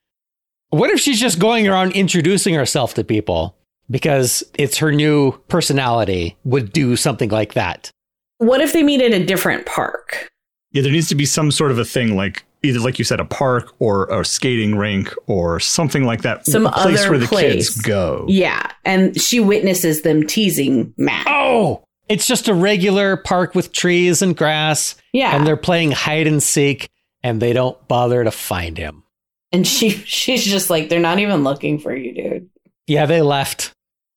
B: What if she's just going around introducing herself to people because it's her new personality would do something like that?
D: What if they meet at a different park?
C: Yeah, there needs to be some sort of a thing like either like you said, a park or a skating rink or something like that.
D: Some
C: a place
D: other
C: where the
D: place.
C: kids go.
D: Yeah, and she witnesses them teasing Mac.
B: Oh, it's just a regular park with trees and grass,
D: yeah,
B: and
D: and,
B: they're playing hide and seek, and they don't bother to find him.
D: she she's just like, they're not even looking for you, dude.
B: Yeah, they left.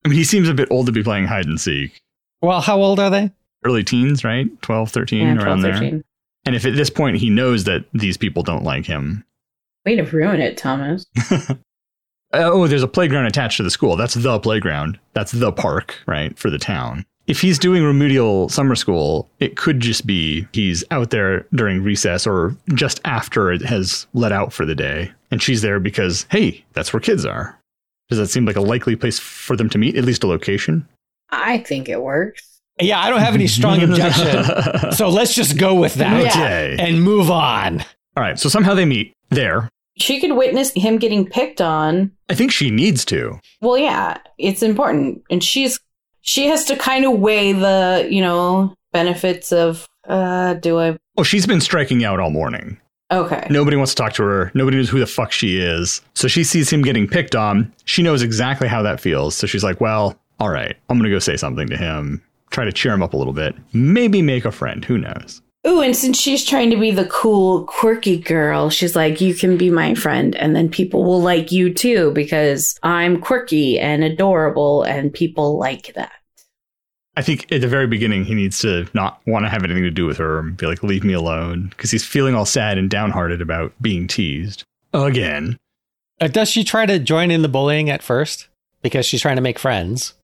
C: I mean, he seems a bit old to be playing hide and seek.
B: Well, how old are they?
C: Early teens, right? 12, 13,
D: Yeah,
C: around
D: 12,
C: there.
D: 13.
C: And if at this point he knows that these people don't like him.
D: Way to ruin it, Thomas.
C: Oh, there's a playground attached to the school. That's the playground. That's the park, right, for the town. If he's doing remedial summer school, it could just be he's out there during recess or just after it has let out for the day. And she's there because, hey, that's where kids are. Does that seem like a likely place for them to meet, at least a location?
D: I think it works.
B: Yeah, I don't have any strong objection. So let's just go with that
D: Yeah.
C: okay.
B: and move on.
C: All right. So somehow they meet there.
D: She could witness him getting picked on.
C: I think she needs to.
D: Well, yeah, it's important, and she's she has to kind of weigh the you know benefits of uh do I
C: Well, she's been striking out all morning.
D: okay
C: Nobody wants to talk to her. Nobody knows who the fuck she is. So she sees him getting picked on. She knows exactly how that feels. So she's like, well, all right, I'm going to go say something to him, try to cheer him up a little bit, maybe make a friend. Who knows?
D: Ooh, and since she's trying to be the cool, quirky girl, she's like, you can be my friend, and then people will like you too because I'm quirky and adorable, and people like that.
C: I think at the very beginning, he needs to not want to have anything to do with her and be like, leave me alone, because he's feeling all sad and downhearted about being teased again.
B: Uh, does she try to join in the bullying at first? Because she's trying to make friends.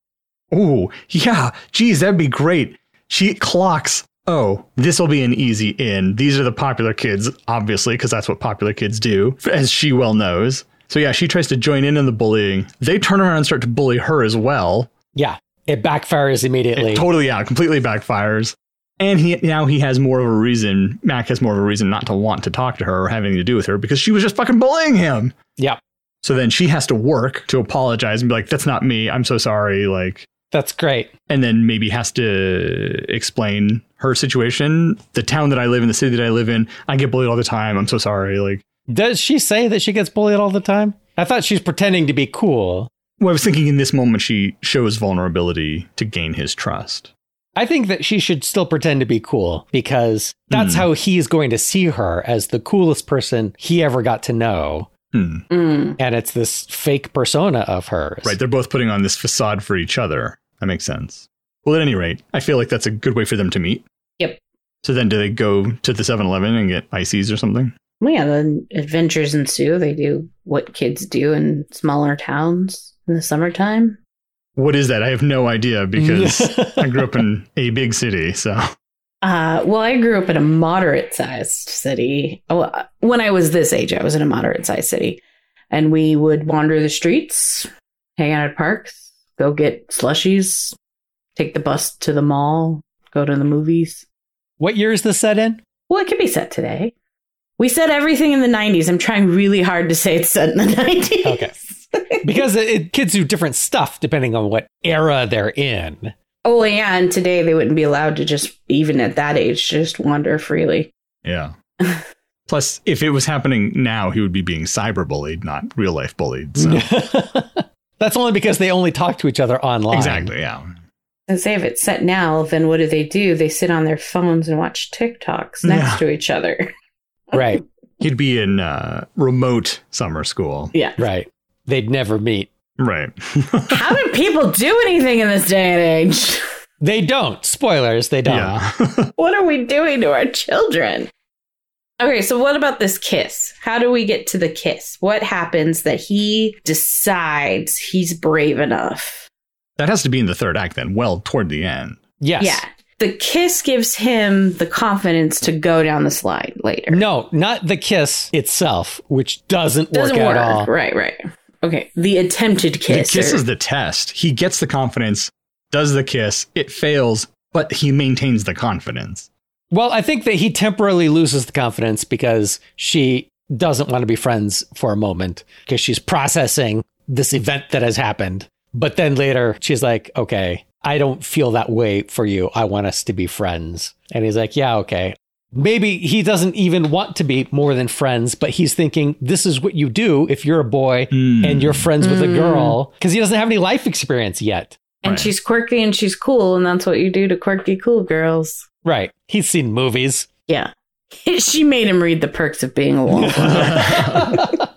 C: Oh, yeah. Geez, that'd be great. She clocks. Oh, this will be an easy in. These are the popular kids, obviously, because that's what popular kids do, as she well knows. So, yeah, she tries to join in on the bullying. They turn around and start to bully her as well.
B: Yeah, it backfires immediately.
C: It totally, yeah, completely backfires. And he now he has more of a reason. Mac has more of a reason not to want to talk to her or have anything to do with her because she was just fucking bullying him.
B: Yep.
C: So then she has to work to apologize and be like, "That's not me. I'm so sorry." Like,
B: That's great.
C: and then maybe has to explain her situation. The town that I live in, the city that I live in, I get bullied all the time. I'm so sorry. Like,
B: Does she say that she gets bullied all the time? I thought she's pretending to be cool.
C: well, I was thinking in this moment, she shows vulnerability to gain his trust.
B: I think that she should still pretend to be cool because that's
C: Hmm.
B: how he's going to see her as the coolest person he ever got to know.
C: Hmm.
D: Mm.
B: And it's this fake persona of hers.
C: Right. They're both putting on this facade for each other. That makes sense. Well, at any rate, I feel like that's a good way for them to meet.
D: Yep.
C: So then do they go to the 7 Eleven and get ices or something?
D: Well, yeah, then adventures ensue. They do what kids do in smaller towns in the summertime.
C: What is that? I have no idea because
B: Mm.
C: I grew up in a big city. So
D: Uh, well, I grew up in a moderate sized city. Oh, uh, When I was this age, I was in a moderate sized city. And we would wander the streets, hang out at parks, go get slushies, take the bus to the mall, go to the movies.
B: what year is this set in?
D: Well, it could be set today. We said everything in the 90s. I'm trying really hard to say it's set in the 90s.
B: Okay. Because it, it, kids do different stuff depending on what era they're in.
D: oh, yeah. And today they wouldn't be allowed to just, even at that age, just wander freely.
C: Yeah. Plus, if it was happening now, he would be being cyberbullied, not real life bullied. So.
B: that's only because they only talk to each other online.
C: Mm-hmm. exactly. Yeah.
D: And say if it's set now, then what do they do? They sit on their phones and watch TikToks next
C: Yeah.
D: to each other.
B: Right,
C: He'd be in uh, remote summer school.
D: Yeah.
B: right. They'd never meet.
C: Right.
D: How do people do anything in this day and age?
B: They don't. Spoilers, they don't.
C: yeah.
D: What are we doing to our children? Okay, so what about this kiss? How do we get to the kiss? What happens that he decides he's brave enough?
C: that has to be in the third act, then, well, toward the end.
B: Yes.
D: Yeah. the kiss gives him the confidence to go down the slide later.
B: No, not the kiss itself, which doesn't,
D: Doesn't
B: work,
D: work.
B: at all.
D: Right, right. Okay. The attempted
C: The
D: kiss.
C: kiss
D: or-
C: is the test. He gets the confidence, does the kiss, it fails, but he maintains the confidence.
B: Well, I think that he temporarily loses the confidence because she doesn't want to be friends for a moment because she's processing this event that has happened. But then later she's like, okay, I don't feel that way for you. I want us to be friends. And he's like, yeah, okay. Maybe he doesn't even want to be more than friends, but he's thinking this is what you do if you're a boy
C: Mm.
B: and you're friends with a
D: Mm.
B: girl because he doesn't have any life experience yet.
D: and
C: Right.
D: she's quirky and she's cool, and that's what you do to quirky cool girls.
B: Right. He's seen movies.
D: Yeah. she made him read the perks of being a wallflower.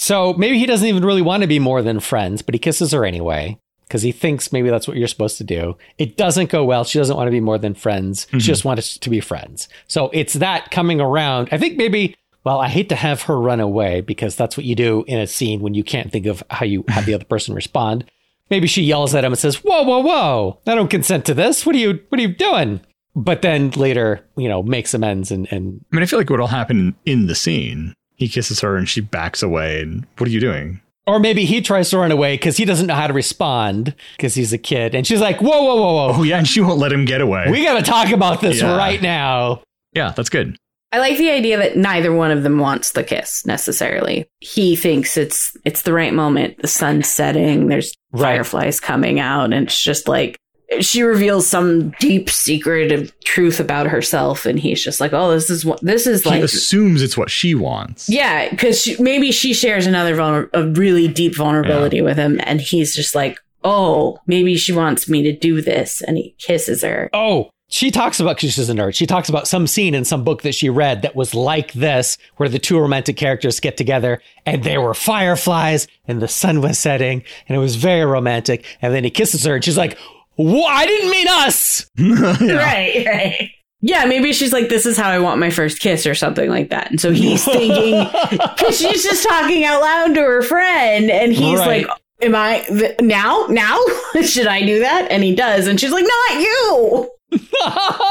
B: So maybe he doesn't even really want to be more than friends, but he kisses her anyway because he thinks maybe that's what you're supposed to do. It doesn't go well. She doesn't want to be more than friends.
C: Mhm.
B: She just wants to be friends. So it's that coming around. I think maybe. Well, I hate to have her run away because that's what you do in a scene when you can't think of how you have the other person respond. Maybe she yells at him and says, "Whoa, whoa, whoa! I don't consent to this. What are you? What are you doing?" But then later, you know, makes amends and and
C: I mean, I feel like what will happen in the scene. He kisses her and she backs away. And what are you doing?
B: Or maybe he tries to run away because he doesn't know how to respond because he's a kid. And she's like, whoa, whoa, whoa, whoa.
C: Oh, yeah. And she won't let him get away.
B: We got to talk about this
C: Yeah.
B: right now.
C: yeah, that's good.
D: I like the idea that neither one of them wants the kiss necessarily. He thinks it's it's the right moment. The sun's setting. There's
B: Right.
D: fireflies coming out, and it's just like she reveals some deep secret of truth about herself, and he's just like, "Oh, this is what this is
C: he
D: like."
C: assumes it's what she wants.
D: Yeah, because maybe she shares another vulner- a really deep vulnerability with him, and he's just like, "Oh, maybe she wants me to do this," and he kisses her.
B: Oh, she talks about, because she's a nerd, she talks about some scene in some book that she read that was like this, where the two romantic characters get together and there were fireflies and the sun was setting and it was very romantic. And then he kisses her and she's like, whoa, I didn't mean us.
D: Right, right. Yeah, maybe she's like, "This is how I want my first kiss," or something like that. And so he's thinking, because she's just talking out loud to her friend, and he's
B: Right.
D: like, "Am I th- now? Now should I do that?" And he does, and she's like, "Not you."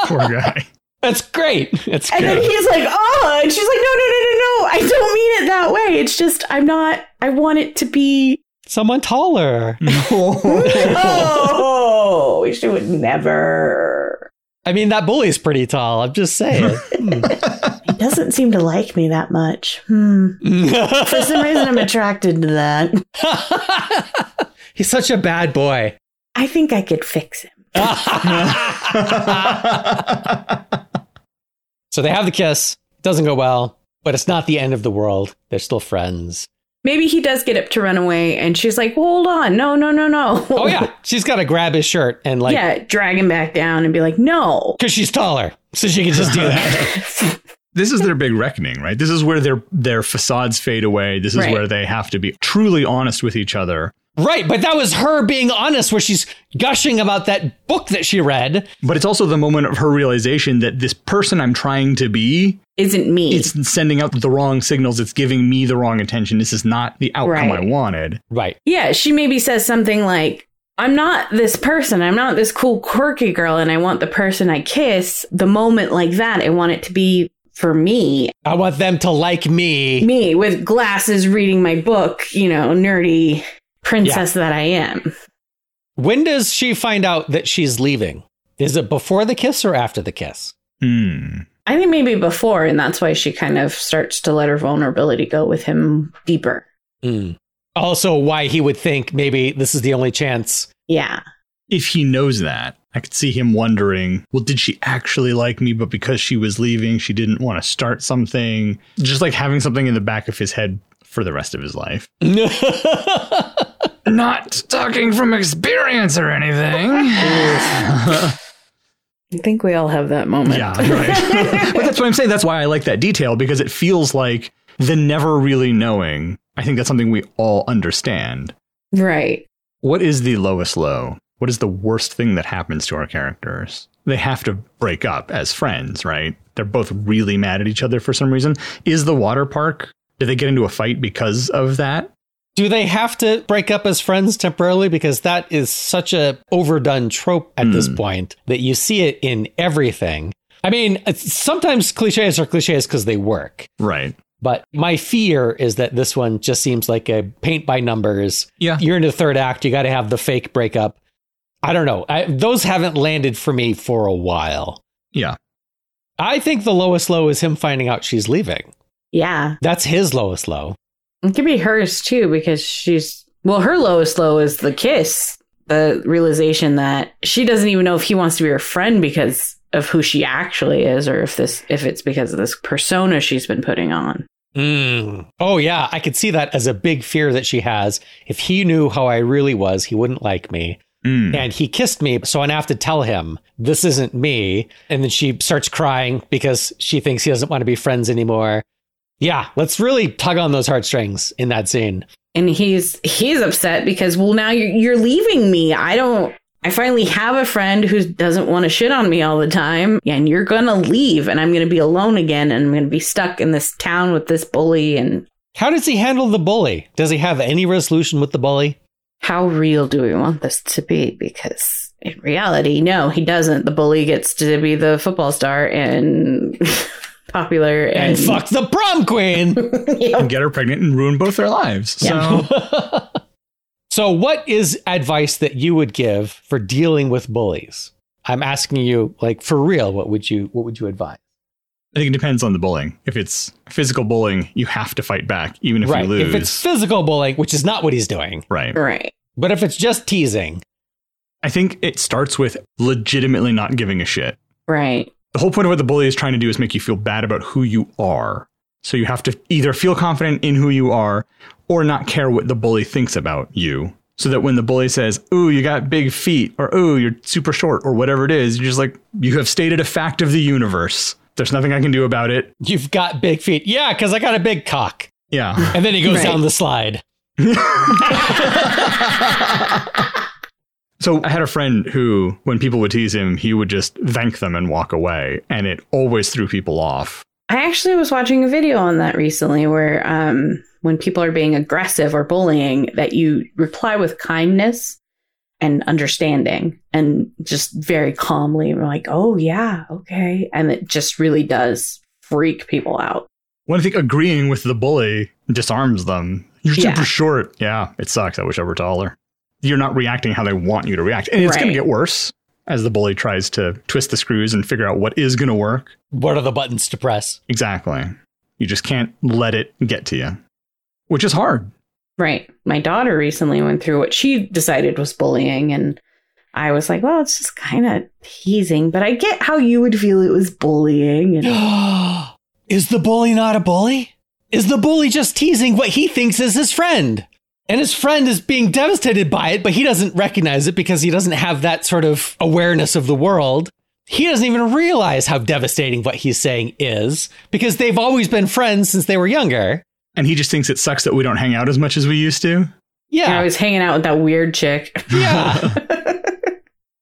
C: Poor guy.
B: That's great. That's
D: And
B: great.
D: then he's like, "Oh," and she's like, "No, no, no, no, no! I don't mean it that way. It's just I'm not. I want it to be."
B: Someone taller.
D: Oh, she would never.
B: I mean, that bully's pretty tall. I'm just saying. Hmm.
A: He doesn't seem to like me that much. Hmm. For some reason, I'm attracted to that.
B: He's such a bad boy.
D: I think I could fix him.
B: so they have the kiss. It doesn't go well, but it's not the end of the world. They're still friends.
D: Maybe he does get up to run away, and she's like, well, "Hold on, no, no, no, no."
B: Oh, yeah. She's got to grab his shirt and, like,
D: yeah, drag him back down and be like, "No."
B: because she's taller. So she can just do that.
C: this is their big reckoning, right? This is where their their facades fade away. This is
D: Right.
C: where they have to be truly honest with each other.
B: right. But that was her being honest, where she's gushing about that book that she read.
C: But it's also the moment of her realization that this person I'm trying to be,
D: Isn't me.
C: it's sending out the wrong signals. It's giving me the wrong attention. This is not the outcome
D: Right.
C: I wanted.
B: Right.
D: yeah, she maybe says something like, I'm not this person. I'm not this cool, quirky girl, and I want the person I kiss the moment like that. I want it to be for me,
B: I want them to like me.
D: me with glasses reading my book, you know, nerdy princess that I am.
B: When does she find out that she's leaving? Is it before the kiss or after the kiss?
C: Hmm.
D: I think maybe before, and that's why she kind of starts to let her vulnerability go with him deeper.
B: Mm. Also, why he would think maybe this is the only chance.
D: Yeah.
C: If he knows that, I could see him wondering, well, did she actually like me? But because she was leaving, she didn't want to start something. Just like having something in the back of his head for the rest of his life. Not talking from experience or anything.
D: I think we all have that moment.
C: Yeah, right. but that's what I'm saying. That's why I like that detail because it feels like the never really knowing. I think that's something we all understand.
D: Right.
C: What is the lowest low? What is the worst thing that happens to our characters? They have to break up as friends, right? They're both really mad at each other for some reason. Is the water park? Did they get into a fight because of that?
B: Do they have to break up as friends temporarily? Because that is such a overdone trope at this point that you see it in everything. I mean, it's- sometimes cliches are cliches because they work,
C: Right.
B: but my fear is that this one just seems like a paint by numbers.
C: Yeah.
B: You're in the third act, you got to have the fake breakup. I don't know. I, those haven't landed for me for a while.
C: Yeah.
B: I think the lowest low is him finding out she's leaving.
D: Yeah.
B: That's his lowest low.
D: It could be hers too, because she's well, her lowest low is the kiss, the realization that she doesn't even know if he wants to be her friend because of who she actually is, or if this if it's because of this persona she's been putting on.
B: Mm. Oh, yeah. I could see that as a big fear that she has. If he knew how I really was, he wouldn't like me.
C: Mm.
B: And he kissed me. So I have to tell him, this isn't me. And then she starts crying because she thinks he doesn't want to be friends anymore. Yeah, let's really tug on those heartstrings in that scene.
D: And he's he's upset because well now you're, you're leaving me. I don't. I finally have a friend who doesn't want to shit on me all the time, and you're gonna leave, and I'm gonna be alone again, and I'm gonna be stuck in this town with this bully. And
B: How does he handle the bully? Does he have any resolution with the bully?
D: how real do we want this to be? Because in reality, no, he doesn't. The bully gets to be the football star and popular and,
B: And fuck the prom queen.
C: And get her pregnant and ruin both their lives. So
B: so, what is advice that you would give for dealing with bullies? I'm asking you, like for real, what would you what would you advise?
C: I think it depends on the bullying. If it's physical bullying, you have to fight back, even if
B: right,
C: you lose.
B: if it's physical bullying, which is not what he's doing,
C: right.
D: right.
B: but if it's just teasing,
C: I think it starts with legitimately not giving a shit.
D: Right.
C: the whole point of what the bully is trying to do is make you feel bad about who you are. So you have to either feel confident in who you are or not care what the bully thinks about you. So that when the bully says, Ooh, you got big feet, or Ooh, you're super short, or whatever it is, you're just like, You have stated a fact of the universe. There's nothing I can do about it.
B: you've got big feet. Yeah, because I got a big cock.
C: Yeah.
B: And then he goes
D: Right.
B: down the slide.
C: So I had a friend who, when people would tease him, he would just thank them and walk away. And it always threw people off.
D: I actually was watching a video on that recently where um, when people are being aggressive or bullying, that you reply with kindness and understanding and just very calmly. And we're like, oh, yeah, okay. And it just really does freak people out.
C: Well, I think agreeing with the bully disarms them. You're
D: Yeah.
C: super short. Yeah, it sucks. I wish I were taller. You're not reacting how they want you to react. And it's going
D: Right.
C: to get worse as the bully tries to twist the screws and figure out what is going to work.
B: What are the buttons to press?
C: Exactly. You just can't let it get to you, which is hard.
D: Right. My daughter recently went through what she decided was bullying. And I was like, well, it's just kind of teasing, but I get how you would feel it was bullying. And
B: is the bully not a bully? Is the bully just teasing what he thinks is his friend? And his friend is being devastated by it, but he doesn't recognize it because he doesn't have that sort of awareness of the world. He doesn't even realize how devastating what he's saying is because they've always been friends since they were younger.
C: And he just thinks it sucks that we don't hang out as much as we used to.
D: I
B: Yeah.
D: was hanging out with that weird chick.
B: Yeah.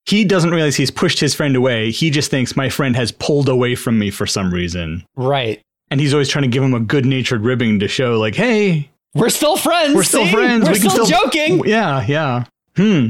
C: He doesn't realize he's pushed his friend away. He just thinks my friend has pulled away from me for some reason.
B: right.
C: And he's always trying to give him a good natured ribbing to show, like, hey,
B: We're still friends.
C: We're still
B: see?
C: friends.
B: We're
C: we
B: still,
C: can still
B: joking.
C: Yeah, yeah. Hmm.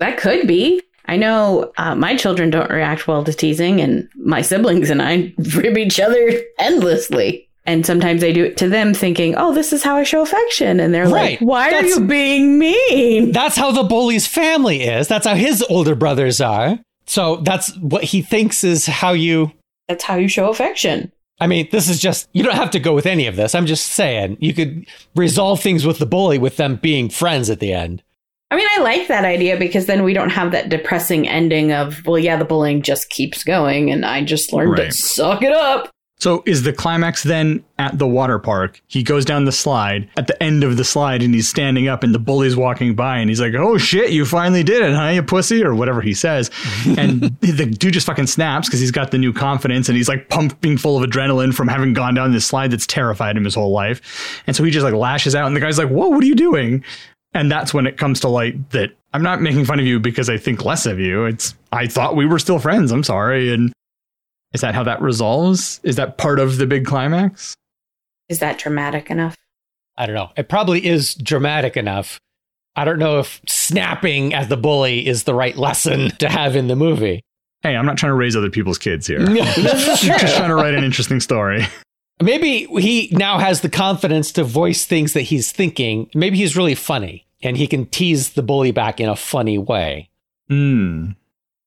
D: That could be. I know uh, my children don't react well to teasing, and my siblings and I rib each other endlessly. And sometimes I do it to them thinking, oh, this is how I show affection. And they're
B: Right.
D: like, why
B: That's-
D: are you being mean?
B: That's how the bully's family is. That's how his older brothers are. So that's what he thinks is how you.
D: That's how you show affection.
B: I mean, this is just, you don't have to go with any of this. I'm just saying, you could resolve things with the bully with them being friends at the end.
D: I mean, I like that idea because then we don't have that depressing ending of, well, yeah, the bullying just keeps going, and I just learned
C: Right.
D: to suck it up.
C: So is the climax then at the water park? He goes down the slide at the end of the slide and he's standing up and the bully's walking by and he's like, "Oh shit, you finally did it, huh, you pussy?" or whatever he says. and the dude just fucking snaps because he's got the new confidence and he's like pumping full of adrenaline from having gone down this slide that's terrified him his whole life. And so he just like lashes out and the guy's like, "Whoa, what are you doing?" And that's when it comes to light that I'm not making fun of you because I think less of you. It's I thought we were still friends. I'm sorry. And is that how that resolves? Is that part of the big climax?
D: Is that dramatic enough?
B: I don't know. It probably is dramatic enough. I don't know if snapping at the bully is the right lesson to have in the movie.
C: Hey, I'm not trying to raise other people's kids here. Just trying to write an interesting story.
B: Maybe he now has the confidence to voice things that he's thinking. Maybe he's really funny and he can tease the bully back in a funny way.
C: Hmm.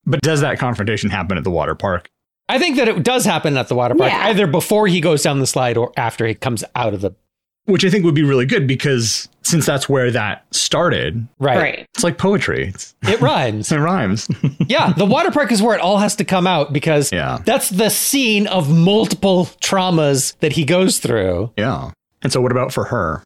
C: But does that confrontation happen at the water park?
B: I think that it does happen at the water park,
D: Yeah.
B: either before he goes down the slide or after he comes out of the
C: Which I think would be really good because since that's where that started,
B: right.
D: Right.
C: it's like poetry. It's,
B: It rhymes.
C: it rhymes.
B: yeah, the water park is where it all has to come out because
C: Yeah.
B: that's the scene of multiple traumas that he goes through.
C: yeah. And so, what about for her?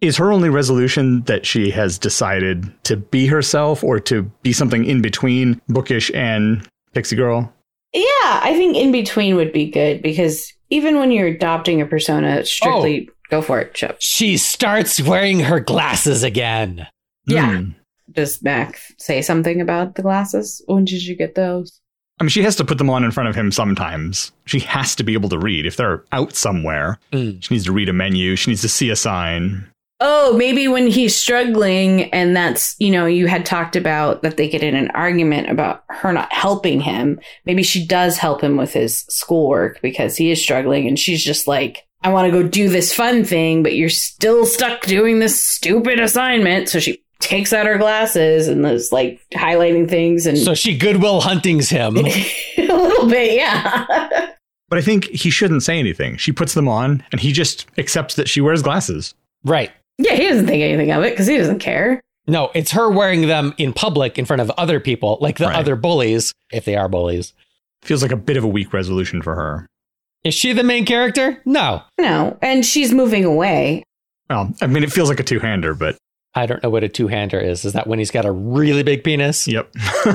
C: Is her only resolution that she has decided to be herself or to be something in between bookish and pixie girl?
D: Yeah, I think in between would be good because even when you're adopting a persona, strictly go for it, Chip.
B: She starts wearing her glasses again.
D: Yeah.
C: Hmm.
D: Does Mac say something about the glasses? When did you get those?
C: I mean, she has to put them on in front of him sometimes. She has to be able to read. If they're out somewhere,
B: Mm.
C: she needs to read a menu. She needs to see a sign.
D: Oh, maybe when he's struggling, and that's, you know, you had talked about that they get in an argument about her not helping him. Maybe she does help him with his schoolwork because he is struggling, and she's just like, I want to go do this fun thing, but you're still stuck doing this stupid assignment. So she takes out her glasses and is like highlighting things and
B: So she goodwill huntings him.
D: a little bit, yeah.
C: But I think he shouldn't say anything. She puts them on and he just accepts that she wears glasses.
B: right.
D: yeah, he doesn't think anything of it because he doesn't care.
B: No, it's her wearing them in public in front of other people, like the
C: Right.
B: other bullies, if they are bullies.
C: Feels like a bit of a weak resolution for her.
B: Is she the main character? No.
D: No, and she's moving away.
C: Well, I mean, it feels like a two hander, but
B: I don't know what a two hander is. Is that when he's got a really big penis?
C: yep.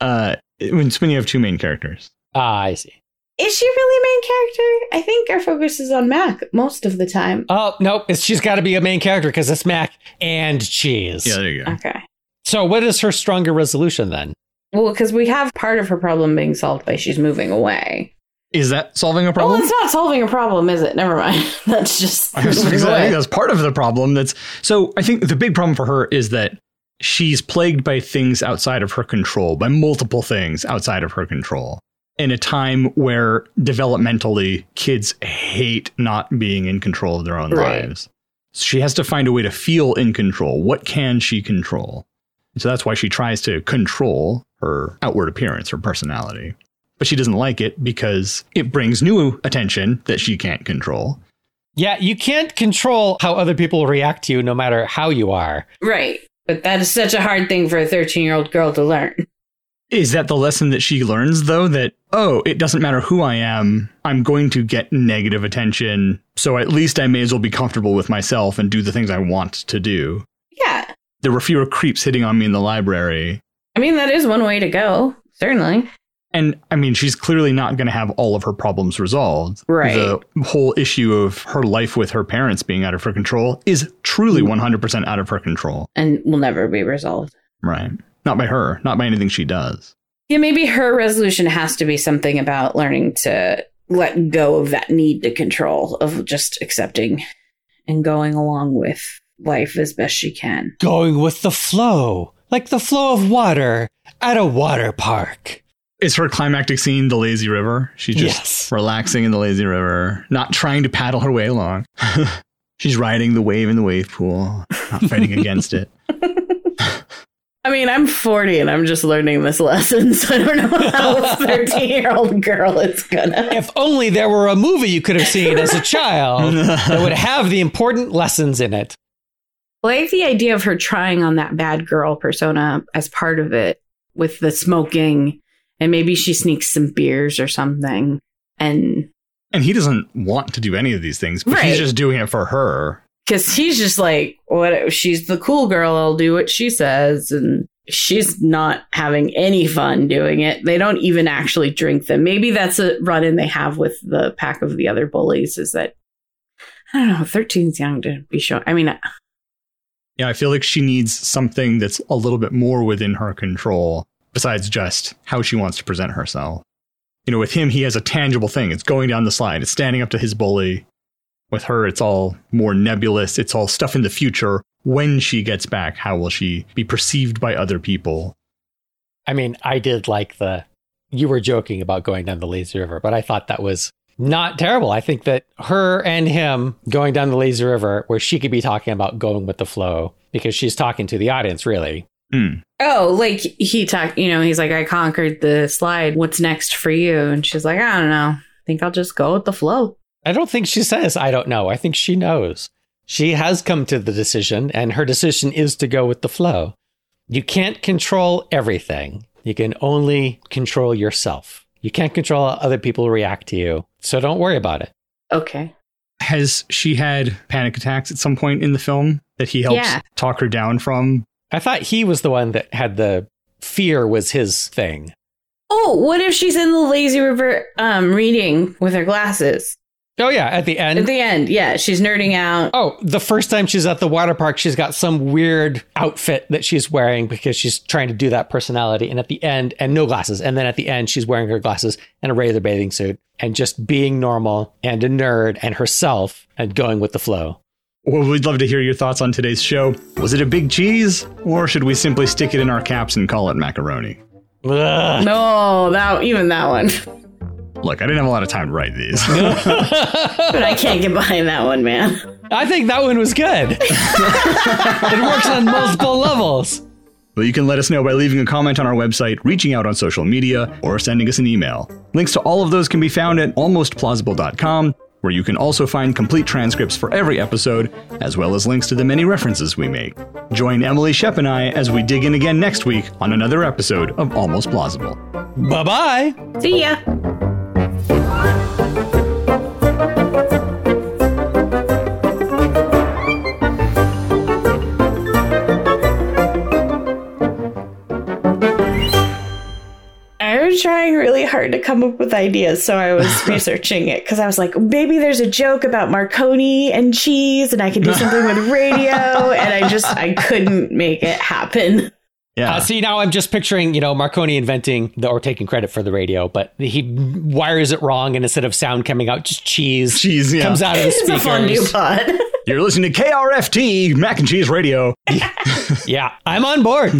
C: uh, when, when you have two main characters.
B: Ah, I see.
D: Is she really main character? I think our focus is on Mac most of the time.
B: Oh, no, it's, she's got to be a main character because it's Mac and Cheese.
C: Yeah, there you go.
D: Okay.
B: So, what is her stronger resolution then?
D: Well, because we have part of her problem being solved by she's moving away.
C: Is that solving a
D: Well,
C: problem?
D: it's not solving a problem, is it? Never mind. That's just
C: I was
D: moving
C: gonna say, I
D: away.
C: think that's part of the problem. That's so. I think the big problem for her is that she's plagued by things outside of her control, by multiple things outside of her control. In a time where developmentally kids hate not being in control of their own
D: Right.
C: lives, so she has to find a way to feel in control. What can she control? And so that's why she tries to control her outward appearance, her personality. But she doesn't like it because it brings new attention that she can't control.
B: Yeah, you can't control how other people react to you no matter how you are.
D: Right. But that is such a hard thing for a 13 year old girl to learn.
C: Is that the lesson that she learns, though? That, oh, it doesn't matter who I am, I'm going to get negative attention. So at least I may as well be comfortable with myself and do the things I want to do.
D: Yeah.
C: There were fewer creeps hitting on me in the library.
D: I mean, that is one way to go, certainly.
C: And I mean, she's clearly not going to have all of her problems resolved.
D: Right.
C: The whole issue of her life with her parents being out of her control is truly 100% out of her control.
D: And will never be resolved.
C: Right. Not by her, not by anything she does.
D: Yeah, maybe her resolution has to be something about learning to let go of that need to control, of just accepting and going along with life as best she can.
B: Going with the flow, like the flow of water at a water park.
C: Is her climactic scene the lazy river? She's just
B: yes.
C: relaxing in the lazy river, not trying to paddle her way along. She's riding the wave in the wave pool, not fighting against it.
D: I mean, I'm 40 and I'm just learning this lesson, so I don't know how a 13 year old girl is gonna.
B: If only there were a movie you could have seen as a child that would have the important lessons in it.
D: Well, I like the idea of her trying on that bad girl persona as part of it with the smoking, and maybe she sneaks some beers or something. And
C: and he doesn't want to do any of these things, but
D: Right.
C: he's just doing it for her.
D: because he's just like what she's the cool girl i'll do what she says and she's not having any fun doing it they don't even actually drink them maybe that's a run-in they have with the pack of the other bullies is that i don't know 13's young to be shown i mean
C: Yeah, I feel like she needs something that's a little bit more within her control besides just how she wants to present herself. You know, with him, he has a tangible thing. It's going down the slide, it's standing up to his bully. With her, it's all more nebulous. It's all stuff in the future. When she gets back, how will she be perceived by other people?
B: I mean, I did like the. You were joking about going down the lazy river, but I thought that was not terrible. I think that her and him going down the lazy river, where she could be talking about going with the flow because she's talking to the audience, really.
C: Mm.
D: Oh, like he talked, you know, he's like, I conquered the slide. What's next for you? And she's like, I don't know. I think I'll just go with the flow.
B: I don't think she says, I don't know. I think she knows. She has come to the decision, and her decision is to go with the flow. You can't control everything, you can only control yourself. You can't control how other people react to you. So don't worry about it.
D: Okay.
C: Has she had panic attacks at some point in the film that he helps
D: Yeah.
C: talk her down from?
B: I thought he was the one that had the fear was his thing.
D: Oh, what if she's in the lazy river um reading with her glasses?
B: Oh, yeah, at the end.
D: At the end, yeah, she's nerding out.
B: Oh, the first time she's at the water park, she's got some weird outfit that she's wearing because she's trying to do that personality. And at the end, and no glasses. And then at the end, she's wearing her glasses and a regular bathing suit and just being normal and a nerd and herself and going with the flow.
C: Well, we'd love to hear your thoughts on today's show. Was it a big cheese, or should we simply stick it in our caps and call it macaroni?
B: Ugh.
D: No, that even that one.
C: Look, I didn't have a lot of time to write these.
D: But I can't get behind that one, man.
B: I think that one was good. it works on multiple levels.
C: But you can let us know by leaving a comment on our website, reaching out on social media, or sending us an email. Links to all of those can be found at almostplausible.com, where you can also find complete transcripts for every episode, as well as links to the many references we make. Join Emily Shep and I as we dig in again next week on another episode of Almost Plausible.
B: Bye bye.
D: See ya. I was trying really hard to come up with ideas, so I was researching it because I was like, maybe there's a joke about Marconi and cheese, and I can do something with radio, and I just I couldn't make it happen.
C: Yeah.
B: Uh, see, now I'm just picturing, you know, Marconi inventing the, or taking credit for the radio, but he wires it wrong, and instead of sound coming out, just cheese
C: Cheese, yeah.
B: comes out of the
D: It's a fun new
B: speakers.
D: pod.
C: You're listening to KRFT, Mac and Cheese Radio.
B: yeah, I'm on board.